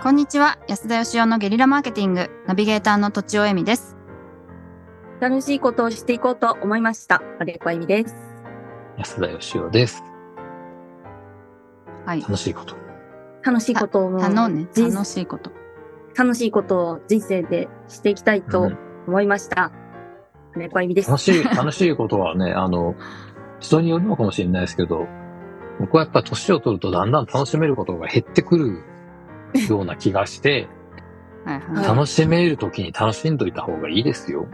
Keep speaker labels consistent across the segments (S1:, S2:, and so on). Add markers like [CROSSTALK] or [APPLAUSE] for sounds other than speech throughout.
S1: こんにちは。安田義雄のゲリラマーケティング、ナビゲーターのとちおえみです。
S2: 楽しいことをしていこうと思いました。金子あゆみです。
S3: 安田義雄です。
S1: はい。
S3: 楽しいこと。
S2: 楽しいことを、
S1: たのね、
S2: 人生
S1: 楽しいこと。
S2: 楽しいことを人生でしていきたいと思いました。金子あゆみです。
S3: 楽し
S1: [LAUGHS]
S3: い、楽しいことはね、あの、人によるのかもしれないですけど、僕はやっぱ年を取るとだんだん楽しめることが減ってくるような気がして、
S1: はい [LAUGHS] はい。
S2: は
S3: 楽しめるときに楽しんどいた方がいいですよ。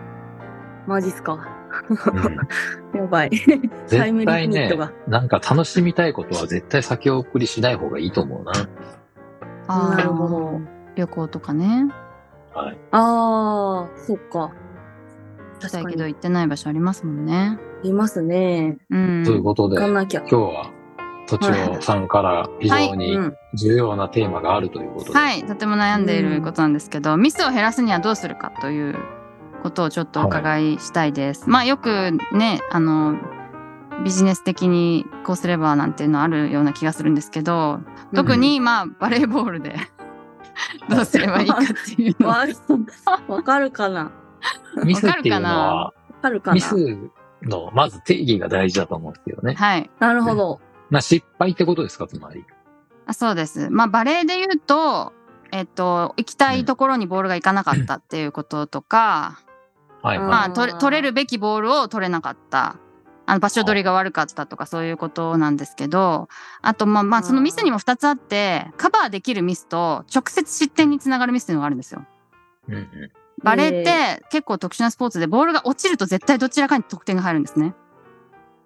S2: マジっすか。
S3: うん
S2: [LAUGHS] やばい。タイム
S3: 絶
S2: リ
S3: 対
S2: ミッ
S3: ね
S2: トが、
S1: [LAUGHS]
S3: なんか楽しみたいことは絶対先送りしない方がいいと思うな。
S1: あー
S2: なるほど。
S1: 旅行とかね。
S2: ああ、そっ
S1: 行
S2: か。
S1: きたいけ
S2: 確
S1: ど
S2: かに
S1: 行ってない場所ありますもんね。
S2: いますね。
S1: うん。
S3: ということで、
S2: 行か
S3: 今
S2: なきゃ。
S3: 日は、とちおさんから非常
S2: う
S3: に
S2: ん。
S3: 重要なテーマがあるということで、
S1: はい。とても悩んでいることなんですけど、ミスを減らすにはどうするかということをちょっとお伺いしたいです。まあよくね、あの、ビジネス的にこうすればなんていうのあるような気がするんですけど、特にまあバレーボールで [LAUGHS] どうすればいいかっていうのは。
S2: わわかるかな
S3: ミスっていうの
S1: わ
S3: は、
S2: わかるかな
S3: ミスの、まず定義が大事だと思うんですよね。
S1: はい。
S2: なるほど。
S3: まあ、失敗ってことですか、つまり。
S1: あそうです。まあバレーで言うと、えっと、行きたいところにボールが行かなかったっていうこととか、
S3: はい、はい。
S1: ま
S2: あ
S1: あ
S2: ー
S1: 取れ取れるべきボールを取れなかった。あの場所取りが悪かったとかそういうことなんですけど、あとまあまあそのミスにも2つあって、カバーできるミスと直接失点につながるミスっていうのがあるんですよ。
S3: うんうん
S1: バレーっ
S2: え
S1: て結構特殊なスポーツでボールが落ちると絶対どちらかに得点が入るんですね。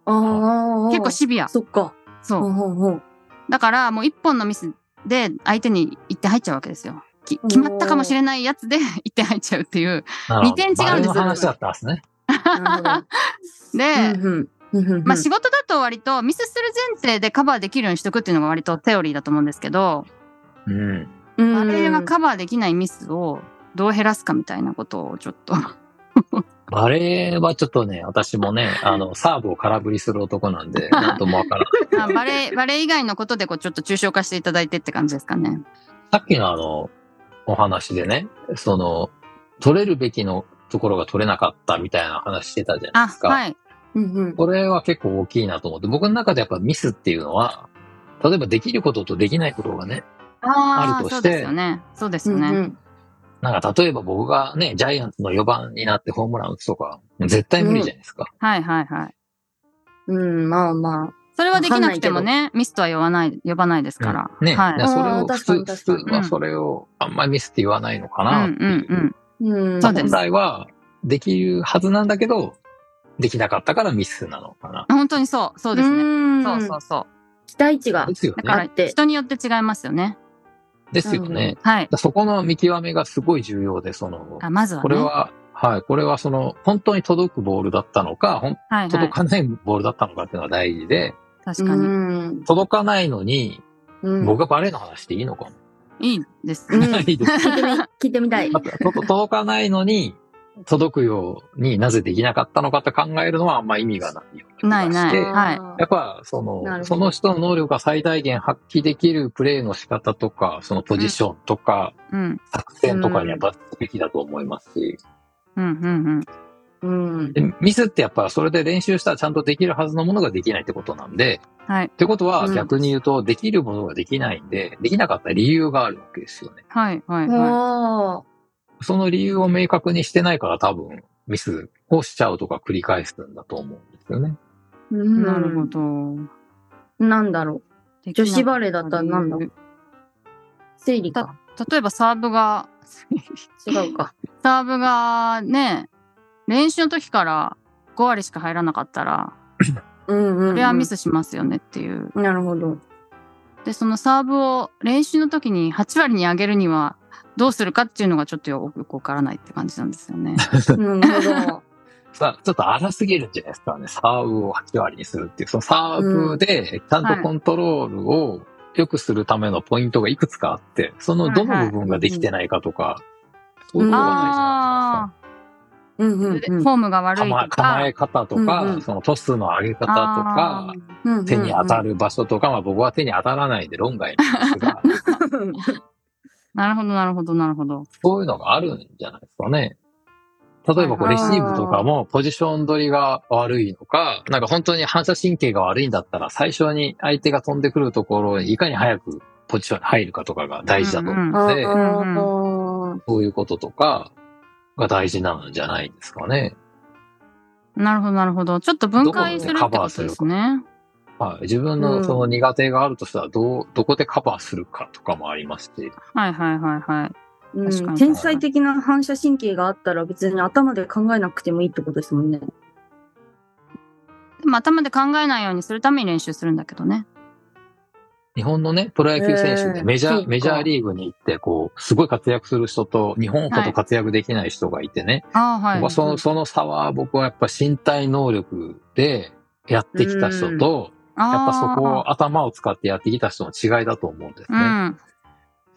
S2: ああ。
S1: 結構シビア。
S2: そっか。
S1: そうう。
S2: んうんうん。
S1: だからもう一本のミスで相手に1点入っちゃうわけですよ。き決まったかもしれないやつで [LAUGHS] 1点入っちゃうっていう。
S3: なる
S1: 二
S3: ほど
S1: 点違うんですよ
S3: バレーの話だったんですね。
S2: なる
S1: で、
S2: ほどうんうんうんうんうん。
S1: まあ仕事だと割とミスする前提でカバーできるようにしとくっていうのが割とテオリーだと思うんですけど、
S3: うん。
S1: あ
S2: あ
S1: れはカバーできないミスをどう減らすかみたいなことをちょっと。
S3: バレーはちょっとね、私もね、あの、サーブを空振りする男なん
S1: [LAUGHS]
S3: で、なんともわからん。
S1: まあバレー、バレー以外のことでこうちょっと抽象化していただいてって感じですかね。
S3: さっきのあの、お話でね、その、取れるべきのところが取れなかったみたいな話してたじゃない
S1: あ、
S3: ですか。
S1: はい。
S2: うんうん。
S3: これは結構大きいなと思って、僕の中でやっぱミスっていうのは、例えばできることとできないことがね、
S1: あ
S3: ある
S1: ー
S3: と
S1: そう
S3: して
S1: ですよね。そうですよね。
S2: うん
S3: なんか例えば僕がね、ジャイアンツの4番になってホームラン打つとか、絶対無理じゃないですか。
S1: はいはいはい。
S2: うん、うんまあまあ。
S1: それはできなくてもね、ミスとは呼ばない、呼ばないですから。
S3: ね、
S1: はい
S3: だからそれ
S2: あ
S3: を
S2: ー
S3: 普
S2: 確かに
S3: 通、普
S2: 確かに
S3: 通はそれをあんまりミスって言わないのか
S1: う
S3: なっ
S1: ん
S3: て
S1: う
S3: い
S1: んうん。
S2: うん。
S1: そうです
S3: 本来はできるはずなんだけど、できなかったからミスなのかな。
S1: 本当にそう。そうですね。
S2: ね
S1: そうそうそう。
S2: 期待値が
S3: で。すよ
S1: だ
S3: ね。
S1: か
S2: っ
S1: ら
S2: て
S1: 人によって違いますよね。
S3: ですよね。だか
S1: はい。
S3: らそこの見極めがすごい重要で、その、
S1: あまずはね。
S3: これは、はい、これはその、本当に届くボールだったのか、ほん
S1: はいは
S3: 届
S1: い。
S3: かないボールだったのかっていうのが大事で、
S1: 確かに。
S2: に。
S3: 届かないのに、
S2: うん。
S3: 僕がバレーの話していいのかも。
S1: いいです
S2: う
S1: ね。
S2: ん
S3: な
S2: [LAUGHS]
S3: いです
S2: 聞いてみ、聞いてみたい。
S3: あとと届かないのに、届くようになぜできなかったのかって考えるのはあんま意味がないような気がし
S1: ないな
S3: て。
S1: いはい
S3: やっぱ、そ
S2: なるほ
S3: の、
S2: ど
S3: その人の能力が最大限発揮できるプレーの仕方とか、そのポジションとか、
S1: うん。
S3: 作戦とかにやっぱすべきだと思いますし、
S1: うんうんうん。
S2: うん。
S3: でミスってやっぱそれで練習したらちゃんとできるはずのものができないってことなんで、
S1: はい。
S3: ってことは
S2: うん
S3: 逆に言うと、できるものができないんで、できなかった理由があるわけですよね。
S1: はいはいは
S2: あ
S3: その理由を明確にしてないから多分ミスをしちゃうとか繰り返すんだと思うんですよね。
S1: い。
S2: あ。な
S1: なるほ。ど。
S2: なんだろ女子バレーだったらなんだ
S1: できなかっ
S2: う。整理か。
S1: た理由例えばサーブが、 [LAUGHS]
S2: 違うか。
S1: サーブがね、練習の時から5割しか入らなかったら、
S2: うんうん。
S1: それはミ。スしますよねっていう。
S2: なるほど。
S1: で、そのサーブを練習の時に8割に上げるには、どうするかっていうのがちょっとよくわからないって感じなんですよね。
S2: なるほど。
S3: さあ、ちょっと荒すぎるんじゃないですかね。サーブを8割にするっていう、そのサーブでちゃんとコントロールを良くするためのポイントがいくつかあって、そのどの部分ができてないかとか、そういうことがな
S1: あ
S2: う
S3: いじゃないですか。
S2: ん
S1: あ
S2: う
S1: ー、
S2: ん
S1: フォームが悪いと
S3: 構え
S1: か。
S3: 構え方とか、
S2: うんうん
S3: そのトスの上げ方と
S1: あ
S3: か、
S1: ー
S2: うん。
S3: 手に当た
S2: る。
S3: る場所とか、まあ僕は手に当たらないんで論外なんですが、
S1: なるほど、なるほど、なるほど。
S3: そういうのがあるんじゃないですかね。例えばこうレシーブとかもポジション取りが悪いのか、なんか本当に反射神経が悪いんだったら最初に相手が飛んでくるところにいかに早くポジションに入るかとかが大事だと思うので、
S1: うんうん
S3: そういうこととかが大事なんじゃないですかね。
S1: なるほど、なるほど。ちょっと分解するってこ
S3: どこまでカバー
S1: と
S3: する
S1: で
S3: か
S1: すね。
S3: はい、自分のその苦手があるとしたらどう、どこでカバーするかとかもありますし、
S1: はいはいはいはい。
S2: う
S1: 確か
S2: ん、
S1: に
S2: 天才的な反射神経があったら別に頭で考えなくてもいいってことですもんね。
S1: でも頭で考えないようにするために練習するんだけどね。
S3: 日本のね、プロ野球選手
S2: え
S3: で
S2: ー
S3: メジャー、
S2: そうか
S3: メジャーリーグに行って、こう、すごい活躍する人と、日本ほど活躍できない人がいてね、
S1: ああ、はい
S3: まあ。その、その差は僕はやっぱ身体能力でやってきた人と、やっぱそこ
S1: あ
S3: を頭を使ってやってきた人の違いだと思うんです
S1: ー
S3: ね。
S1: うん。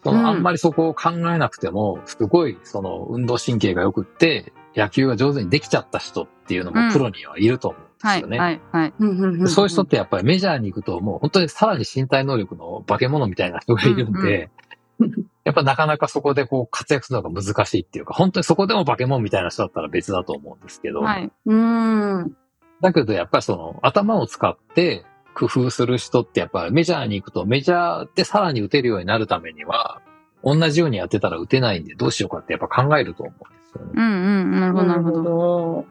S3: そ
S2: うん
S3: のあんまりそこを考えなくても、すごいその運動神経が良くって、野球が上手にできちゃった人っていうの
S1: うん
S3: もプロにはいると思うんで
S1: は
S3: す
S1: い
S3: よね。
S1: はいはい。
S2: うん
S3: そういう人ってやっぱりメジャーに行くともう本当にさらに身体能力の化け物みたいな人がいるんで、 [LAUGHS] やっぱなかなかそこでこう活躍するのが難しいっていうか、本当にそこでも化け物みたいな人だったら別だと思うんですけど、
S1: はい。
S2: うん。
S3: だけどやっぱりその頭を使って工夫する人ってやっぱりメジャーに行くとメジャーでさらに打てるようになるためには、同じようにやってたら打てないんでどうしようかってやっぱ考えると思うんですよね。
S1: うんうん。なるほどなるほど。
S2: ど。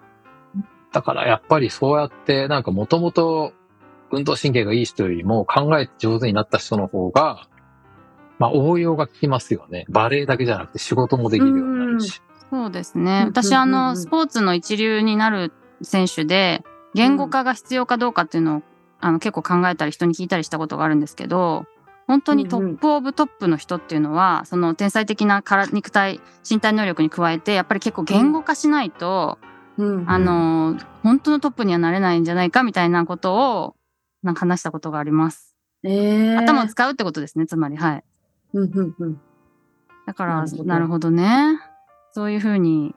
S3: だからやっぱりそうやってなんかもともと運動神経がいい人よりも考えて上手になった人の方が、まあ応用が効きますよね。バレエだけじゃなくて仕事もできるようになるし。
S1: そうです
S2: うん
S1: ね。私、あ
S2: うん
S1: の、スポーツの一流になる選手で、言語化が必要かどうかっていうのを、あの、結構考えたり、人に聞いたりしたことがあるんですけど、本当にトップオブトップの人っていうのは、その天才的なから肉体、身体能力に加えて、やっぱり結構言語化しないと、
S2: うん。
S1: あの、本当のトップにはなれないんじゃないかみたいなことを、なんか話したことがあります。
S2: えー
S1: 頭を使うってことですね、つまり。はい。
S2: うんうんうん。
S1: だから、
S2: な
S1: な
S2: るほ
S1: る
S2: ど
S1: ほどね。そういうふうに、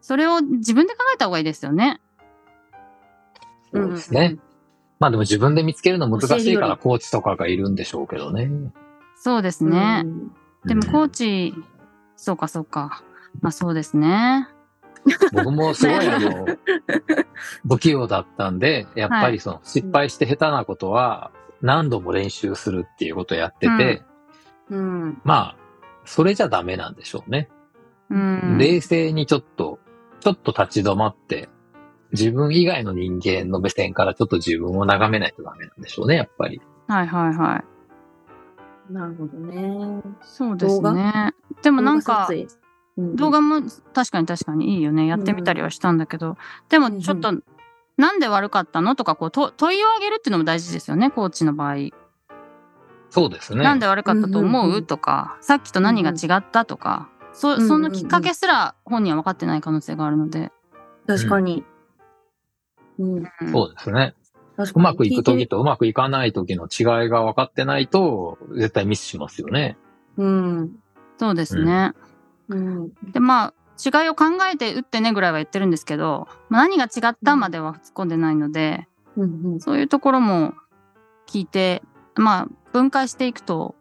S1: それを自分で考えた方がいいですよね。
S2: うん
S3: そうですね。まあでも自分で見つけるの難しいか
S2: 教えるよ
S3: ら
S2: り
S3: コーチとかがいるんでしょうけどね。
S1: そうですね
S2: う。ん。
S1: でも、
S3: うん
S1: コーチ、そうか、そうか。まあ、そうですね。
S3: 僕もすごいあ
S1: [LAUGHS]
S3: の、不器用だったんで、やっぱりその失敗して下手なことは何度も練習するっていうことをやってて、
S1: うん
S2: うん。
S3: まあ、それじゃダメなんでしょうね。
S1: うん。
S3: 冷静にちょっと、ちょっと立ち止まって、自分以外の人間の目線からちょっと自分を眺めないとダメなんでしょうね、やっぱり。
S1: はいはいはい。
S2: なるほどね。
S1: そうです
S2: 動画
S1: ね。でもなん
S2: 動画
S1: か
S2: 撮、影うん
S1: 動画も確かに確かにいいよね。やってみたりはしたんだけど、でもちょっと、なんで悪かったのとかこうと問いをあげるっていうのも大事ですよね、コーチの場合。
S3: そうですね。
S1: なんで悪かったと思う,、
S2: うんうんうん
S1: とか、さっきと何が違ったとか、
S2: んうん
S1: そそのきっかけすら本人は分かってない可能性があるので。
S2: 確かに。うん。
S1: うん
S3: そうですね。
S2: 確か
S3: う
S2: に
S3: まくいくと
S2: 聞
S3: き
S2: いて
S3: とうまくいかないときの違いが分かってないと、絶対ミスしますよね。
S2: みうん。
S1: そうですね。
S2: うん。
S1: で、まあ、違いを考えて打ってねぐらいは言ってるんですけど、まあ、何が違ったまでは突っ込んでないので、
S2: うん。
S1: そういうところも聞いて、まあ、分解していくと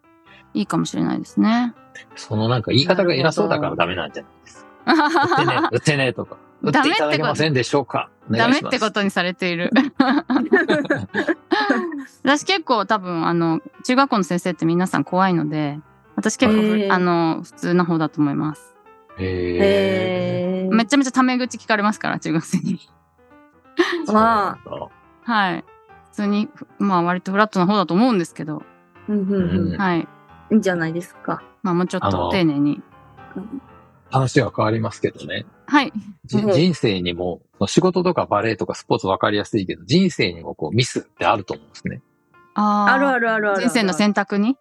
S1: いいかもしれないですね。
S3: そのなんか言い方が偉そうだからダメなんじゃないですか。
S2: [LAUGHS]
S3: 打ってね、打ってねとか。打っていただけませんでしょうか。お
S1: ダ
S3: 願い
S1: メっ
S3: します
S1: てことにされている。私結構多分あの中学校の先生って皆さん怖いので私結構ふ、
S2: へー
S1: あの普通な方だと思います。
S3: へえ。
S2: え
S1: めちゃめちゃタメ口聞かれますから中学生
S2: [LAUGHS]
S1: に。
S2: ゃま
S3: あ。
S1: はい。普通にまあ割とフラットな方だと思うんですけど、
S2: あ、うんうんうん。
S1: はい。
S2: いいんじゃないですか。
S1: まあもうちょっ
S3: あ
S1: と
S3: の
S1: 丁寧に。
S3: 話は変わりますけどね。
S1: はい。
S3: じ
S2: はい
S3: 人生にも、その仕事とかバレエとかスポーツ分かりやすいけど、人生にもこうミスってあると思うんですね。
S1: あー
S2: あるあるあるある。
S1: 人生の選択に。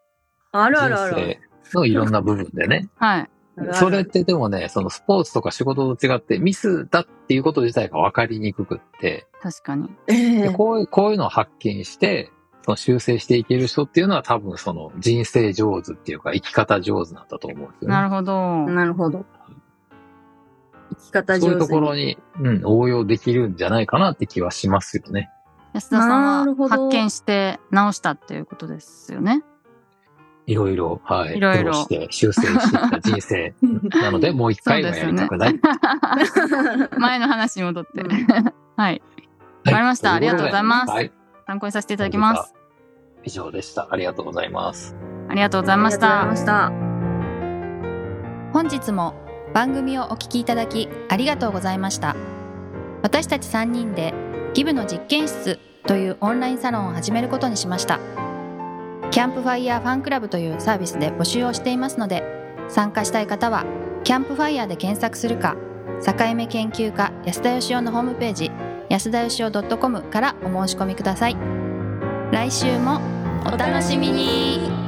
S2: あるあるある。
S3: 人生のいろんな部分でね。
S1: はい。
S2: あるある
S3: それっ、てでもね、そのスポーツとか仕事と違ってミスだっていうこと自体が分かりにくくって、
S1: 確かに。
S2: ええ
S3: でこういう、こういうのを発見して、その修正していける人っていうのは多分その人生上手っていうか生き方上手なんだと思うんですよ
S1: な
S3: ね。
S1: るほど。
S2: なるほど。生き方上手に
S3: そういうところに、うん、応用できるんじゃないかなって気はしますよね。
S1: 安田さ
S2: なんる
S1: は
S2: ほど [LAUGHS]
S1: 発見して直したっていうことですよね。
S3: いいろいろ、はい。
S1: いろいろ
S3: 苦労して修正してきた人生
S1: [LAUGHS]
S3: なので、もう一回はやりたくない。
S2: [LAUGHS]
S1: 前の話に戻って。
S2: う
S1: [LAUGHS] はい。
S3: はい
S1: わかりましたありがとうございます
S3: はい。
S1: 参考にさせていただきます。
S3: 以上でした。ありがとうございます。
S1: ありがとうございまし
S2: ありがとうござい
S1: た
S2: ま。した。
S4: 本日も番組をお聞きいただきありがとうございました私たち3人でギブの実験室というオンラインサロンを始めることにしましたキャンプファイヤーファンクラブというサービスで募集をしていますので参加したい方はキャンプファイヤーで検索するか境目研究家安田義雄のホームページ安田義雄 .com からお申し込みください来週もお楽しみに